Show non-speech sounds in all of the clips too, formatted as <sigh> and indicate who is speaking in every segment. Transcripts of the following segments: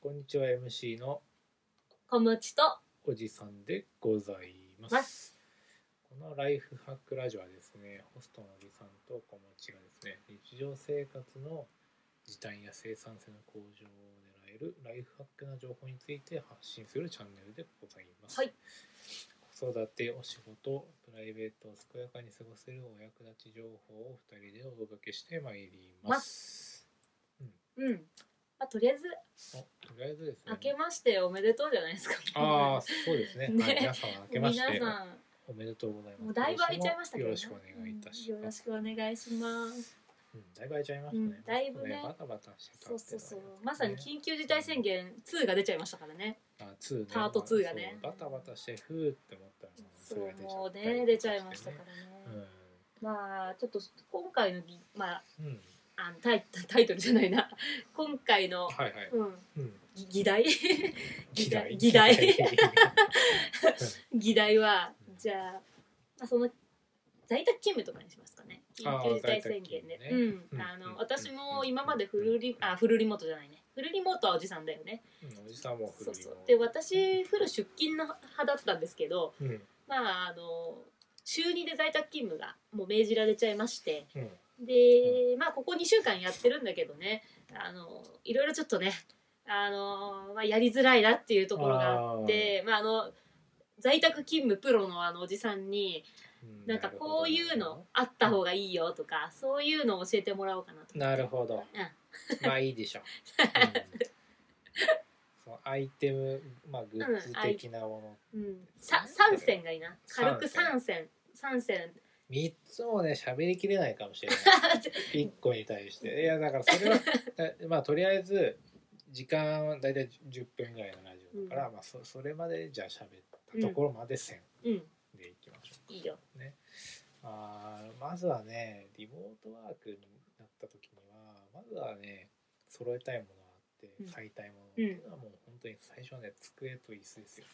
Speaker 1: こんにちは MC の
Speaker 2: 小持ちと
Speaker 1: おじさんでございます。
Speaker 2: ま
Speaker 1: このライフハックラジオはですね、ホストのおじさんと小持ちがですね、日常生活の時短や生産性の向上を狙えるライフハックな情報について発信するチャンネルでございます。
Speaker 2: はい
Speaker 1: 子育て、お仕事、プライベートを健やかに過ごせるお役立ち情報を2人でお届けしてまいります。
Speaker 2: うん、まあ、とりあえず
Speaker 1: おとりあえずですね
Speaker 2: 明、けましておめでとうじゃないですか
Speaker 1: ああ、そうですね。
Speaker 2: <laughs> ね
Speaker 1: はい、皆さん明けまして。
Speaker 2: 皆さん
Speaker 1: おめでとうございます。
Speaker 2: もうだいぶ空いちゃいましたけど、ね、
Speaker 1: よろしくお願いいたし
Speaker 2: うんよろ
Speaker 1: ま
Speaker 2: し
Speaker 1: す。
Speaker 2: くお願いします
Speaker 1: うん、だいぶ空いちゃいましたね。
Speaker 2: うんだいぶね
Speaker 1: バタバタしてたってい
Speaker 2: そう
Speaker 1: のが
Speaker 2: うそうそうまさに緊急事態宣言2が出ちゃいましたからね
Speaker 1: あ、ツーね
Speaker 2: パートツーがね
Speaker 1: そうバタバタしてふーって思ったらも
Speaker 2: そ
Speaker 1: れが
Speaker 2: うもう
Speaker 1: ったりとかして
Speaker 2: ね出ちゃいましたからね、
Speaker 1: う
Speaker 2: まあちょっと今回のぎまあ
Speaker 1: ん。うん。
Speaker 2: あのタイタイトルじゃないな今回の、
Speaker 1: はいはい。
Speaker 2: うん、
Speaker 1: うん。
Speaker 2: ぎ議題議題議
Speaker 1: 題
Speaker 2: 題議題はじゃあ,、まあその在宅勤務とかにしますかね緊急事態宣言で、
Speaker 1: あー在宅
Speaker 2: う
Speaker 1: 勤務ね
Speaker 2: んあ
Speaker 1: うん
Speaker 2: の私も今までフルリあフルリモートじゃないねフルリモートはおじさんだよね
Speaker 1: うんおじさんも
Speaker 2: そ
Speaker 1: 古
Speaker 2: う
Speaker 1: い
Speaker 2: そ
Speaker 1: よ
Speaker 2: う。で私フル出勤の派だったんですけど
Speaker 1: うん。
Speaker 2: まああの週2で在宅勤務がもう命じられちゃいまして
Speaker 1: うん。
Speaker 2: でまあここ2週間やってるんだけどねあのいろいろちょっとねあの、まあ、やりづらいなっていうところがあってまああの在宅勤務プロのあのおじさんに
Speaker 1: うん
Speaker 2: なんかこういうの。あった方がいいよとかそういうのを教えてもらおうかなと。
Speaker 1: なるほど。まあいいでし
Speaker 2: <laughs>
Speaker 1: ょう。うんそのアイテム、まあグッズ的なもの
Speaker 2: うん、うん、さ3線がいいな軽く3
Speaker 1: 三
Speaker 2: 線3線
Speaker 1: 三つもね喋りきれないかもしれない一個に対していやだからそれは <laughs> だまあとりあえず時間は大体10分ぐらいのラジオだから、まあ、そそれまでじゃあ喋ったところまで線
Speaker 2: <laughs> うん
Speaker 1: でいきましょう、
Speaker 2: いいよ
Speaker 1: あーまずはねリモートワークになった時にはまずはね揃えたいものがあって
Speaker 2: うん
Speaker 1: 買いたいものっていうのはもう本当に最初はね机と椅子ですよ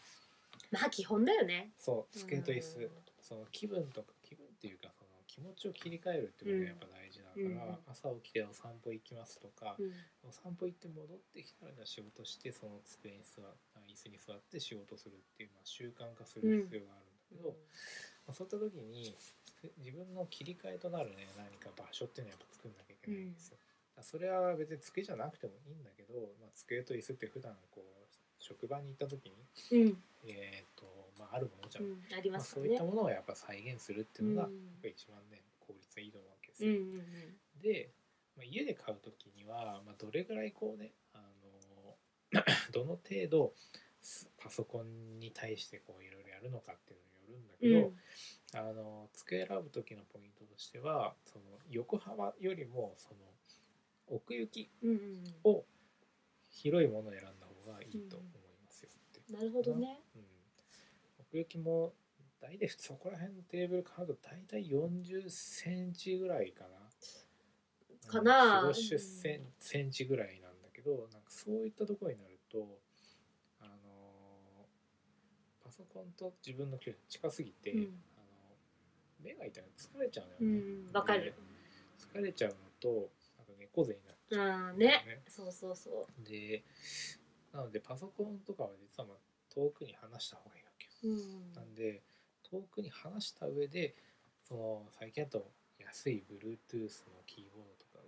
Speaker 2: まあ基本だよね
Speaker 1: そう机と椅子、
Speaker 2: うん
Speaker 1: その気分とか気分っていうかその気持ちを切り替えるってこと
Speaker 2: うん
Speaker 1: がやっぱ大事だから、
Speaker 2: うん
Speaker 1: 朝起きてお散歩行きますとか、
Speaker 2: うん
Speaker 1: お散歩行って戻ってきたら仕事してその机に座あ椅子に座って仕事するっていうのは習慣化する必要があるんだけど、まあ、そういった時に自分の切り替えとなるね何か場所っていうのはやっぱ作んなきゃいけないんですよ。あそれは別に机じゃなくてもいいんだけど、まあ、机と椅子って普段こう職場に行った時に、
Speaker 2: うん
Speaker 1: えーとまあ、あるものじゃ
Speaker 2: うんんあり
Speaker 1: ま
Speaker 2: ま
Speaker 1: あ、
Speaker 2: す
Speaker 1: そ
Speaker 2: よ
Speaker 1: ういっ
Speaker 2: ね
Speaker 1: たものをやっぱ再現するって
Speaker 2: う
Speaker 1: いうんの
Speaker 2: う
Speaker 1: が、
Speaker 2: ん
Speaker 1: やっぱ一番ね効率がいいと思うわけです
Speaker 2: うんう
Speaker 1: よ。
Speaker 2: ん
Speaker 1: で、まあ、家で買う時には、まあ、どれぐらいこうねあの <clears throat> どの程度すパソコンに対してこういろいろやるのかっていうの
Speaker 2: う
Speaker 1: によ
Speaker 2: ん
Speaker 1: るんだけど、あの机選ぶ時のポイントとしてはその横幅よりもその奥行き
Speaker 2: うんうん
Speaker 1: を広いものを選んだ方がいいと思いますよって。
Speaker 2: なるほどね
Speaker 1: うん、奥行きも大体そこら辺のテーブル買うと大体40センチぐらいかな
Speaker 2: かな
Speaker 1: うん40センセンチぐらいなんだけどなんかそういったところになるとあのパソコンと自分の距離が近すぎて、
Speaker 2: うん
Speaker 1: あの目が痛いの疲れちゃう
Speaker 2: う
Speaker 1: のよね、
Speaker 2: んわかる
Speaker 1: 疲れちゃうのとなんか猫背になっちゃう
Speaker 2: うんねそうそうそ
Speaker 1: でなのでパソコンとかは実はまあ遠くに離した方がいいわけよ
Speaker 2: ううん
Speaker 1: なんで遠くに離した上でその最近だと安い Bluetooth のキーボードとか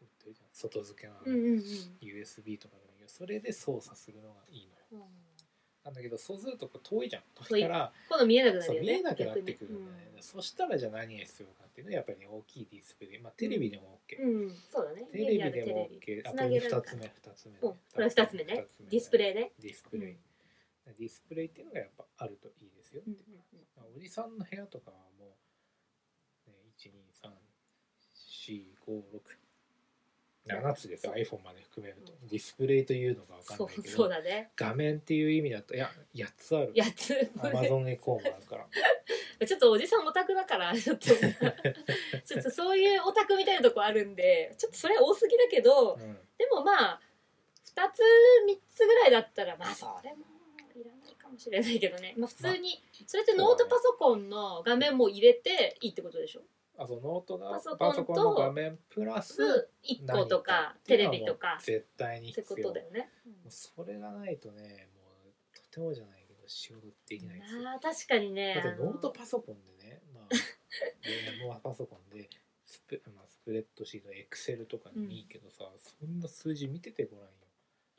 Speaker 1: 売ってるじゃん外付けの
Speaker 2: うんうん
Speaker 1: USB とかでもいいよそれで操作するのがいいのよ
Speaker 2: うん
Speaker 1: なんだけどそうするとこう遠いじゃん
Speaker 2: 遠
Speaker 1: 遠
Speaker 2: い
Speaker 1: いから
Speaker 2: 今度見えなくな
Speaker 1: そう
Speaker 2: るよね
Speaker 1: 見えなくなってくるんだよね
Speaker 2: 逆、に
Speaker 1: そしたらじゃあ何が必要かっていうのはやっぱりね、大きいディスプレイまあテレビでも OK、
Speaker 2: うんうんそうだね
Speaker 1: テレビ
Speaker 2: 家
Speaker 1: で
Speaker 2: にあ
Speaker 1: も
Speaker 2: るテレ
Speaker 1: OK
Speaker 2: ビ
Speaker 1: あ
Speaker 2: つ
Speaker 1: と
Speaker 2: なげ
Speaker 1: 2
Speaker 2: られ
Speaker 1: つ
Speaker 2: る
Speaker 1: 目2
Speaker 2: か
Speaker 1: つ目ね
Speaker 2: うんこれ二つ目ねディスプレイね
Speaker 1: ディスプレイ、ディスプレイっていうのがやっぱあるといいですよって
Speaker 2: う
Speaker 1: い
Speaker 2: ん
Speaker 1: う、おじさんの部屋とかはもう、ね、1234567つですよ
Speaker 2: そう
Speaker 1: iPhone まで含めるとディスプレイというのが分か
Speaker 2: そ
Speaker 1: んないうけ
Speaker 2: そ
Speaker 1: ど
Speaker 2: うだね
Speaker 1: 画面っていう意味だといや8つある
Speaker 2: やつ
Speaker 1: アマゾンエコーもあるから
Speaker 2: ちょっとおじさんオタクだからちょ
Speaker 1: <laughs>
Speaker 2: っとちょっとそういうオタクみたいなとこあるんでちょっとそれ多すぎだけど
Speaker 1: うん
Speaker 2: でもまあ2つ3つぐらいだったらまあそれもいらないかもしれないけどね、まあ、普通にそれってノートパソコンの画面も入れていいってことでしょ
Speaker 1: あとノートが
Speaker 2: パソコンと
Speaker 1: パソコンの画面プラス
Speaker 2: 1個とかテレビとか
Speaker 1: 絶対に
Speaker 2: って
Speaker 1: 必
Speaker 2: こ
Speaker 1: 要
Speaker 2: とだよね、
Speaker 1: それれがないとねもうとてもじゃないけど仕事できないですよ
Speaker 2: あー確かにね
Speaker 1: だってノート
Speaker 2: あ
Speaker 1: パソコンでね、
Speaker 2: <laughs>
Speaker 1: まあ、でノートパソコンでスプ,、まあ、スプレッドシートエクセルとかにいいけどさ、そんな数字見ててごらんよ
Speaker 2: の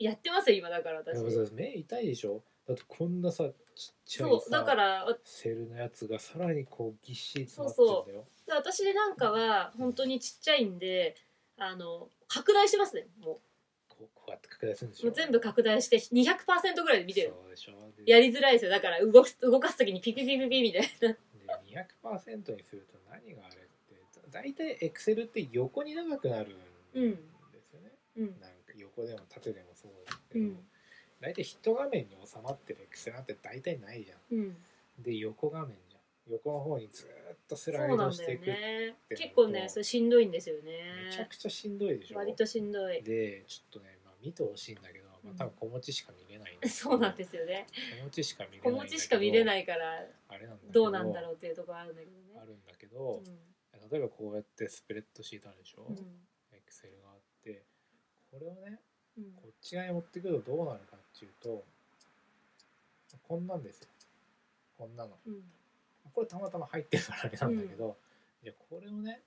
Speaker 2: やってますよ今だから私
Speaker 1: だからさ目痛いでしょだってこんなさちっちゃいさ
Speaker 2: そうだからわ
Speaker 1: セルのやつがさらにこうぎっしり詰まって
Speaker 2: そ
Speaker 1: る
Speaker 2: うん
Speaker 1: だ
Speaker 2: そ
Speaker 1: よ
Speaker 2: 私なんかは本当にちっちゃいんであの拡大してますねも
Speaker 1: こうこうやって拡大するんでしょ
Speaker 2: うもう全部拡大して200%ぐらいで見てる
Speaker 1: そうでしょで
Speaker 2: やりづらいですよだから動く動かす時にピピピピピみたいな
Speaker 1: で200%にすると何があれってだ大体エクセルって横に長くなるんですよね、
Speaker 2: うん
Speaker 1: なんか横でも縦でもそうですけ
Speaker 2: う
Speaker 1: ど、
Speaker 2: ん
Speaker 1: 大体一画面に収まってるエクセルなんて大体ないじゃん
Speaker 2: うん
Speaker 1: で横画面じゃん横の方にずーっとス
Speaker 2: そう
Speaker 1: ライ
Speaker 2: な
Speaker 1: ド
Speaker 2: ん
Speaker 1: し
Speaker 2: だ
Speaker 1: てい
Speaker 2: よ
Speaker 1: く、
Speaker 2: ね
Speaker 1: てなると
Speaker 2: 結構ねそれしんどいんですよね
Speaker 1: めちゃくちゃしんどいでしょ
Speaker 2: 割としんどい
Speaker 1: でちょっとね、まあ、見てほしいんだけど、まあ、多分小持ちしか見れないんだけど
Speaker 2: <laughs> そうなんですよね
Speaker 1: 小持ちしか見れな
Speaker 2: 小
Speaker 1: いんだ
Speaker 2: 持
Speaker 1: けど
Speaker 2: ちしか見れないから
Speaker 1: あれなんだけ
Speaker 2: どうなんだろうっていうところあるんだけど
Speaker 1: あ
Speaker 2: ね
Speaker 1: るんだけど、例えばこうやってスプレッドシートあるでしょ、
Speaker 2: うん
Speaker 1: エクセルがあってこれをね
Speaker 2: うんうん
Speaker 1: こっち側に持ってくるとどうなるかっていうとこんなんですよこんなの
Speaker 2: うん
Speaker 1: これたまたま入ってるからあれなんだけど、じゃあこれをね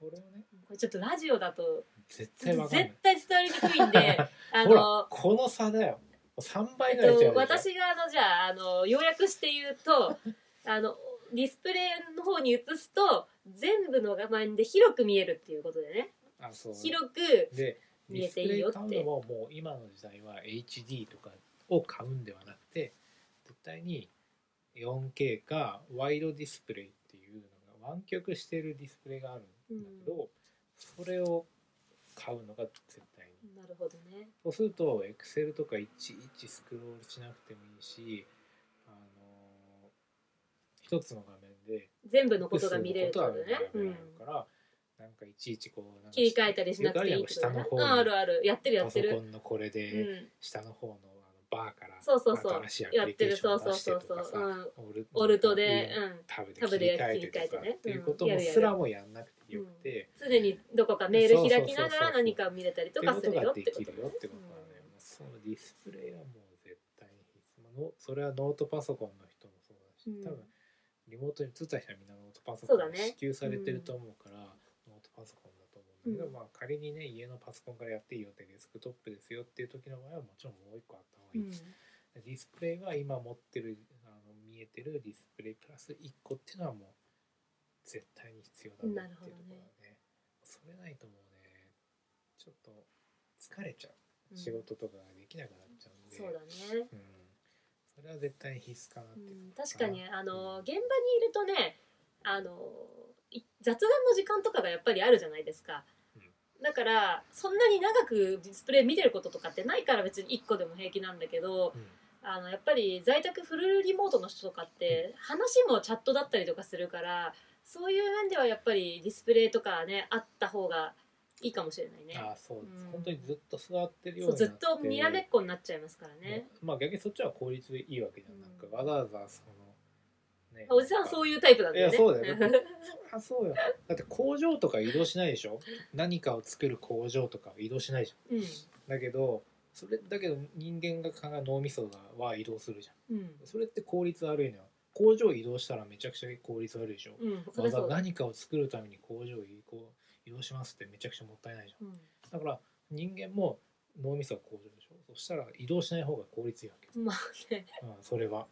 Speaker 1: これをね
Speaker 2: これちょっとラジオだと
Speaker 1: 絶対わ
Speaker 2: 絶
Speaker 1: かんない
Speaker 2: 対伝わりにくい
Speaker 1: <laughs>
Speaker 2: んであ
Speaker 1: ほら
Speaker 2: の
Speaker 1: この差だよ3
Speaker 2: え
Speaker 1: 倍
Speaker 2: っ
Speaker 1: ぐらい違うでしょ
Speaker 2: と、私があのじゃああの要約して言うと <laughs> あのディスプレイの方に移すと全部の画面で広く見えるっていうことでね
Speaker 1: あそう
Speaker 2: 広く
Speaker 1: で
Speaker 2: 見
Speaker 1: ディス
Speaker 2: え
Speaker 1: プ
Speaker 2: ていい
Speaker 1: レイ
Speaker 2: よって
Speaker 1: 買うのももう今の時代は HD とかを買うんではなくて絶対に 4K かワイドディスプレイっていうのが湾曲してるディスプレイがあるんだけど、それを買うのが絶対に
Speaker 2: なるほどね
Speaker 1: そうすると Excel とかいちいちスクロールしなくてもいいしあの一つの画面で
Speaker 2: 全部のことが見れるってこと
Speaker 1: 複
Speaker 2: ね
Speaker 1: 数のことが見
Speaker 2: う
Speaker 1: れ
Speaker 2: ん
Speaker 1: るから、なんかいちいちこうなんか
Speaker 2: 切り替えたりしなくていいってこ
Speaker 1: よくある
Speaker 2: とね
Speaker 1: やん下
Speaker 2: う
Speaker 1: の
Speaker 2: ん
Speaker 1: 方に
Speaker 2: あるあるやってるや
Speaker 1: パ
Speaker 2: って
Speaker 1: ソコ
Speaker 2: る
Speaker 1: ンのこれ
Speaker 2: う
Speaker 1: で、
Speaker 2: ん
Speaker 1: 下の方のあのバーから
Speaker 2: そうそうそう
Speaker 1: 新しいア
Speaker 2: や
Speaker 1: プ
Speaker 2: っ
Speaker 1: リ
Speaker 2: て
Speaker 1: ケー
Speaker 2: る
Speaker 1: ション
Speaker 2: そ
Speaker 1: を出
Speaker 2: うそう
Speaker 1: して
Speaker 2: そう
Speaker 1: と
Speaker 2: そう
Speaker 1: かさ、
Speaker 2: うん
Speaker 1: オル
Speaker 2: オルトで
Speaker 1: 上の
Speaker 2: うん
Speaker 1: タブで
Speaker 2: タブ
Speaker 1: 切
Speaker 2: で
Speaker 1: り替えてと
Speaker 2: 切り替えて
Speaker 1: か、
Speaker 2: ね
Speaker 1: っていうこと
Speaker 2: うんや
Speaker 1: も
Speaker 2: るやる
Speaker 1: すらもやんなくてよくて、
Speaker 2: 常にどこかメール開きな
Speaker 1: そうそうそ
Speaker 2: がら
Speaker 1: うそう
Speaker 2: 何か見れたりと
Speaker 1: っ
Speaker 2: か
Speaker 1: て
Speaker 2: す
Speaker 1: いうこと
Speaker 2: るよ
Speaker 1: が
Speaker 2: っ
Speaker 1: で
Speaker 2: てこ
Speaker 1: き
Speaker 2: と
Speaker 1: るよってことなのね、もうそのディスプレイはもう絶対に必須のそれはノートパソコンの人もそうだし、
Speaker 2: うん
Speaker 1: 多分リモートに移った人はみんなノートパソ
Speaker 2: そ
Speaker 1: コ
Speaker 2: うだ
Speaker 1: ン
Speaker 2: ね
Speaker 1: 支給されてると思うからノートパソコンだと思うんだけど、
Speaker 2: うん
Speaker 1: まあ仮にね家のパソコンからやっていいよってデスクトップですよっていう時の場合はもちろんもう一個あった方が
Speaker 2: う
Speaker 1: いい
Speaker 2: ん
Speaker 1: ディスプレイは今持ってるあの見えてるディスプレイプラス1個っていうのはもう絶対に必要だなっていうところだねそれないともうねちょっと疲れちゃ
Speaker 2: う
Speaker 1: うん仕事とかができなくなっちゃうんで、
Speaker 2: そうだね
Speaker 1: うんそれは絶対に必須かなって
Speaker 2: う
Speaker 1: いう、
Speaker 2: ん確かにあ
Speaker 1: う
Speaker 2: の
Speaker 1: ん
Speaker 2: 現場にいるとねあのい雑談の時間とかがやっぱりあるじゃないですか、
Speaker 1: うん
Speaker 2: だからそんなに長くディスプレイ見てることとかってないから別に1個でも平気なんだけど
Speaker 1: うん
Speaker 2: あのやっぱり在宅フルリモートの人とかって話もチャットだったりとかするからそういう面ではやっぱりディスプレイとかねあった方がいいかもしれないね
Speaker 1: ああそう、
Speaker 2: うん
Speaker 1: 本当にずっと座ってるよう
Speaker 2: そう
Speaker 1: にな
Speaker 2: ず
Speaker 1: っ
Speaker 2: ってとにらめっこになっちゃいますからね
Speaker 1: ね、まあ逆にそっちは効率でいいわけじゃん、なんかわざわざそのね
Speaker 2: おじさんは
Speaker 1: なんか
Speaker 2: そういうタイプなんだよね
Speaker 1: いやそうだよねあそうよだって工場とか移動しないでしょ何かを作る工場とか移動しないじ
Speaker 2: うん
Speaker 1: ゃんだけどそれだけど人間が考え脳みそがは移動するじゃ
Speaker 2: うん
Speaker 1: んそれって効率悪いのよ工場移動したらめちゃくちゃ効率悪いでしょ、
Speaker 2: うんそ
Speaker 1: わ
Speaker 2: れ
Speaker 1: ざ
Speaker 2: そ
Speaker 1: わ
Speaker 2: う
Speaker 1: ざ
Speaker 2: だ
Speaker 1: 何かを作るために工場移行移動しますってめちゃくちゃもったいないじゃ
Speaker 2: うん
Speaker 1: んだから人間も脳みそは工場でしょそしたら移動しない方が効率いいわけ
Speaker 2: まあね、 <laughs>
Speaker 1: うん、それは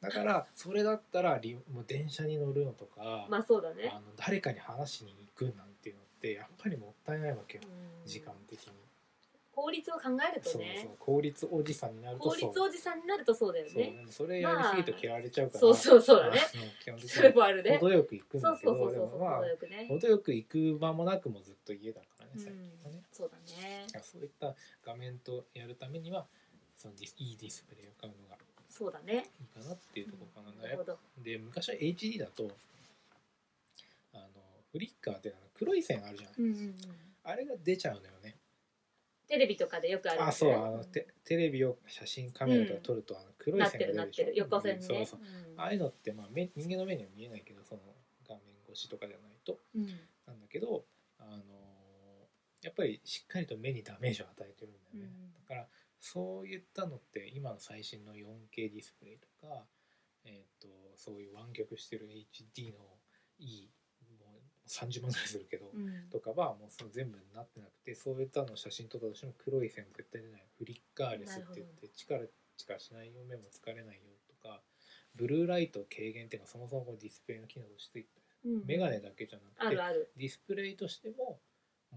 Speaker 1: だからそれだったらリもう電車に乗るのとか、
Speaker 2: まあそうだ
Speaker 1: あ
Speaker 2: ね。
Speaker 1: の誰かに話しに行くなんていうのってやっぱりもったいないわけよ
Speaker 2: うん
Speaker 1: 時間的に、
Speaker 2: 効率を考えると
Speaker 1: そう
Speaker 2: ね
Speaker 1: そう、効率おじさんになるとそ
Speaker 2: 効
Speaker 1: う
Speaker 2: 率おじさんになるとそうだよ
Speaker 1: そう
Speaker 2: ね。
Speaker 1: ねそれやりすぎると嫌われちゃうから、
Speaker 2: そうそうそうだね。
Speaker 1: あの基本的
Speaker 2: それ
Speaker 1: に
Speaker 2: もあるね。
Speaker 1: 程よく行くん
Speaker 2: そう
Speaker 1: だけ
Speaker 2: そうそ
Speaker 1: ど
Speaker 2: う
Speaker 1: で
Speaker 2: そう
Speaker 1: もまあ
Speaker 2: 程よくね。
Speaker 1: 程よく行く間もなくもずっと家だからね
Speaker 2: う
Speaker 1: 最近は
Speaker 2: ん
Speaker 1: ね、
Speaker 2: そうだね。
Speaker 1: だからそういった画面とやるためにはそのディスいいディスプレイを買うのが
Speaker 2: そうだね。
Speaker 1: いいかなっていうところかな、
Speaker 2: なるほど。
Speaker 1: で昔は HD だとあのフリッカーってあの黒い線あるじゃない、
Speaker 2: うんうんうん
Speaker 1: あれが出ちゃうのよね
Speaker 2: テレビとかでよくあるよね。
Speaker 1: あそうあのテテレビを写真カメラとか撮ると、あの黒い
Speaker 2: なっ
Speaker 1: 線
Speaker 2: て
Speaker 1: が
Speaker 2: る
Speaker 1: 出
Speaker 2: なっ
Speaker 1: るでしてょ
Speaker 2: る。横線ね。
Speaker 1: そうそう
Speaker 2: うん
Speaker 1: ああいうのって、まあ、目人間の目には見えないけどその画面越しとかじゃないと
Speaker 2: うん
Speaker 1: なんだけど、あのーやっぱりしっかりと目にダメージを与えてるんだよね、
Speaker 2: う
Speaker 1: だ
Speaker 2: ん
Speaker 1: からそういったのって今の最新の 4K ディスプレイとか、えー、とそういう湾曲してる HD のいいもう30万ぐらいするけど、
Speaker 2: うん
Speaker 1: とかはもうその全部になってなくてそういったのを写真撮ったとしても黒い線絶対出ないフリッカーレスって言って力しかしないよ目も疲れないよとかブルーライト軽減っていうのはそもそもこのディスプレイの機能として
Speaker 2: うん
Speaker 1: メガネだけじゃな
Speaker 2: あ
Speaker 1: くて
Speaker 2: るある。
Speaker 1: ディスプレイとしてももう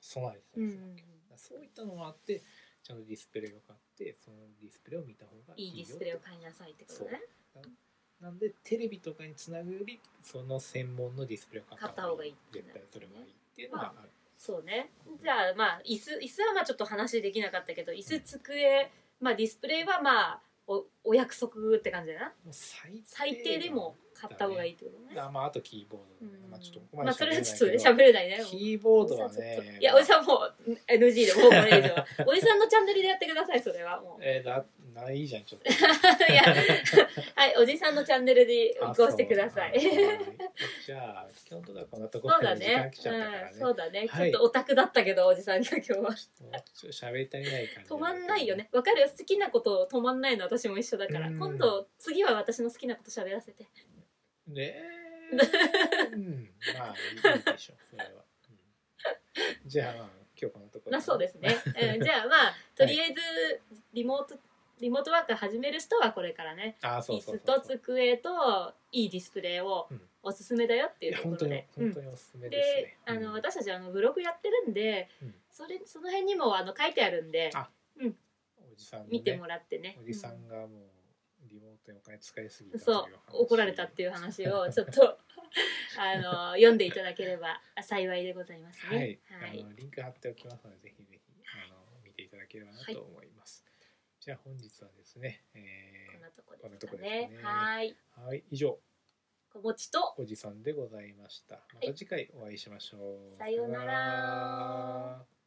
Speaker 1: 備えてた
Speaker 2: うん
Speaker 1: り
Speaker 2: う
Speaker 1: するわ
Speaker 2: ん
Speaker 1: け、だからそういったのもあってちゃんとディスプレイを買ってそのディスプレイを見た方が
Speaker 2: い
Speaker 1: い
Speaker 2: い
Speaker 1: い
Speaker 2: デ
Speaker 1: よ
Speaker 2: ィスプレイを買いなさいってことね。
Speaker 1: なんでテレビとかにつなぐよりその専門のディスプレイを買った方がいい
Speaker 2: 買っ
Speaker 1: 絶
Speaker 2: た方が
Speaker 1: 対そ
Speaker 2: いい
Speaker 1: れがいいっていうのがある。
Speaker 2: そうね。じゃあまあ椅子椅子はまあちょっと話できなかったけど椅子机まあディスプレイはまあおお約束って感じだな。
Speaker 1: もう最低
Speaker 2: 最低でも買った方がいいってことね。
Speaker 1: あまああとキーボードだね、
Speaker 2: うん
Speaker 1: まあちょっとここ
Speaker 2: まあそれはちょっとね
Speaker 1: 喋れない
Speaker 2: 喋れないね
Speaker 1: けど。キーボード
Speaker 2: お
Speaker 1: は
Speaker 2: じさんちょっ
Speaker 1: ね
Speaker 2: といやおじさんもう NG でもうこれ以上は。おじさんのチャンネルでやってくださいそれはも
Speaker 1: <laughs>
Speaker 2: う。
Speaker 1: えー、だないじゃん
Speaker 2: <laughs>
Speaker 1: ちょっと
Speaker 2: いやはいおじさんのチャンネルで
Speaker 1: あ
Speaker 2: ごしてください。
Speaker 1: そうはいじゃあ今日のとこはこんなところ
Speaker 2: そう
Speaker 1: で時
Speaker 2: だ
Speaker 1: 間
Speaker 2: ね
Speaker 1: 来ちゃったからね
Speaker 2: うん、そうだね、
Speaker 1: はい
Speaker 2: ちょっとオタクだったけどおじさんが今日は
Speaker 1: もうちょっと喋り足りない感じ
Speaker 2: 止まんないよねわかるよ好きなこと止まんないの私も一緒だから
Speaker 1: うん
Speaker 2: 今度次は私の好きなこと喋らせて
Speaker 1: ね
Speaker 2: <laughs>
Speaker 1: えうんまあいいでしょうそれは、うんじゃあまあ今日こんなところ
Speaker 2: まあそうです
Speaker 1: <laughs>
Speaker 2: ね、うん、じゃあまあとりあえずリモートリモートワーク始める人はこれからね
Speaker 1: あそう
Speaker 2: 椅
Speaker 1: そう
Speaker 2: 子
Speaker 1: そう
Speaker 2: と机といいディスプレイを
Speaker 1: うん
Speaker 2: おすすめだよって
Speaker 1: い
Speaker 2: いう
Speaker 1: や
Speaker 2: と
Speaker 1: 本
Speaker 2: こ
Speaker 1: 当
Speaker 2: ろ
Speaker 1: に
Speaker 2: で、う
Speaker 1: 本
Speaker 2: ん
Speaker 1: 当におすすめです
Speaker 2: で
Speaker 1: ね、
Speaker 2: あの、
Speaker 1: うん
Speaker 2: 私たちあのブログやってるんで、
Speaker 1: うん
Speaker 2: それその辺にもあの書いてあるんで
Speaker 1: あおじさんのね
Speaker 2: 見てもらってね
Speaker 1: おじさんがもうリモートにお金使いすぎたとい
Speaker 2: そう
Speaker 1: 話
Speaker 2: う怒られたっていう話をちょっと <laughs> あの読んでいただければ幸いでございます
Speaker 1: は
Speaker 2: ね
Speaker 1: い、。
Speaker 2: はい、
Speaker 1: あのリンク貼っておきますのでぜひぜひあの見ていただければなと思います、じゃあ本日はですね、え
Speaker 2: こんなとこ
Speaker 1: こん
Speaker 2: で
Speaker 1: な
Speaker 2: す
Speaker 1: と
Speaker 2: か
Speaker 1: こ
Speaker 2: ね。
Speaker 1: ですね
Speaker 2: はい、
Speaker 1: ーはい以上
Speaker 2: 小持ちと
Speaker 1: おじさんでございましたまた次回お会いしましょう、
Speaker 2: さようなら
Speaker 1: さようなら